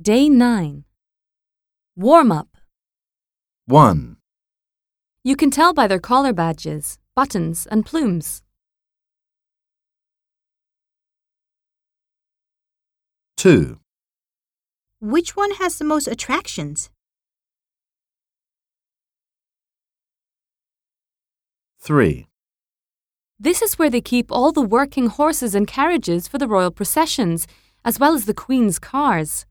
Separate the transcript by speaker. Speaker 1: Day 9. Warm up.
Speaker 2: 1,
Speaker 1: You can tell by their collar badges, buttons, and plumes.
Speaker 2: 2,
Speaker 3: Which one has the most attractions?
Speaker 2: 3,
Speaker 1: This is where they keep all the working horses and carriages for the royal processions, as well as the Queen's cars.